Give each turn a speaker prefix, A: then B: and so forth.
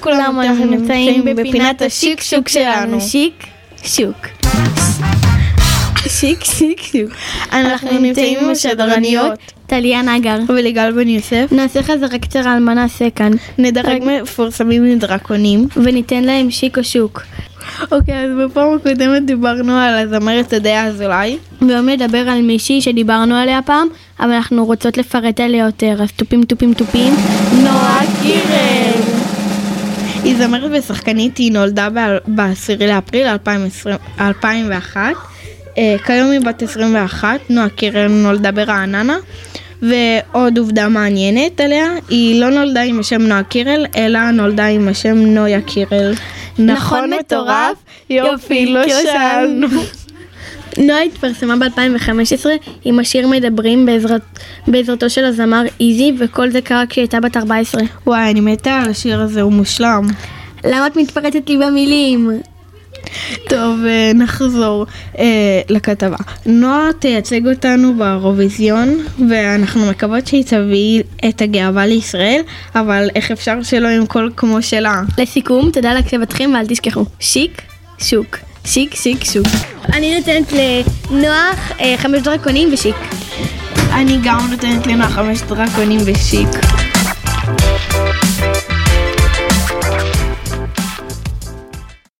A: כולם, אנחנו נמצאים בפינת השיקשוק שלנו.
B: שיק שוק. שיק שיק שוק.
A: אנחנו נמצאים עם השדרניות
B: טליה נגר.
A: וליגל בן יוסף.
B: נעשה חזרה קצרה על מה נעשה כאן,
A: נדרג מפורסמים לדרקונים.
B: וניתן להם שיק או שוק.
A: אוקיי, אז בפעם הקודמת דיברנו על הזמרת עדיה אזולאי.
B: והיום נדבר על מישהי שדיברנו עליה פעם, אבל אנחנו רוצות לפרט עליה יותר, אז טופים טופים טופים.
A: נועה קירל! היא זמרת ושחקנית, היא נולדה ב-10 לאפריל 2020 2001. אה, כיום היא בת 21, נועה קירל נולדה ברעננה. ועוד עובדה מעניינת עליה, היא לא נולדה עם השם נועה קירל, אלא נולדה עם השם נויה קירל.
B: נכון, מטורף? יופי, לא שאלנו. נועה התפרסמה ב-2015 עם השיר מדברים בעזרת, בעזרתו של הזמר איזי, וכל זה קרה כשהיא הייתה בת 14.
A: וואי, אני מתה על השיר הזה, הוא מושלם.
B: למה את מתפרצת לי במילים?
A: טוב, אה, נחזור אה, לכתבה. נועה תייצג אותנו באירוויזיון, ואנחנו מקוות שהיא תביא את הגאווה לישראל, אבל איך אפשר שלא עם קול כמו שלה?
B: לסיכום, תודה על הקשבתכם ואל תשכחו. שיק, שוק. שיק, שיק, שוק. אני נותנת לנוח חמש דרקונים ושיק.
A: אני גם נותנת לנועה חמש דרקונים ושיק.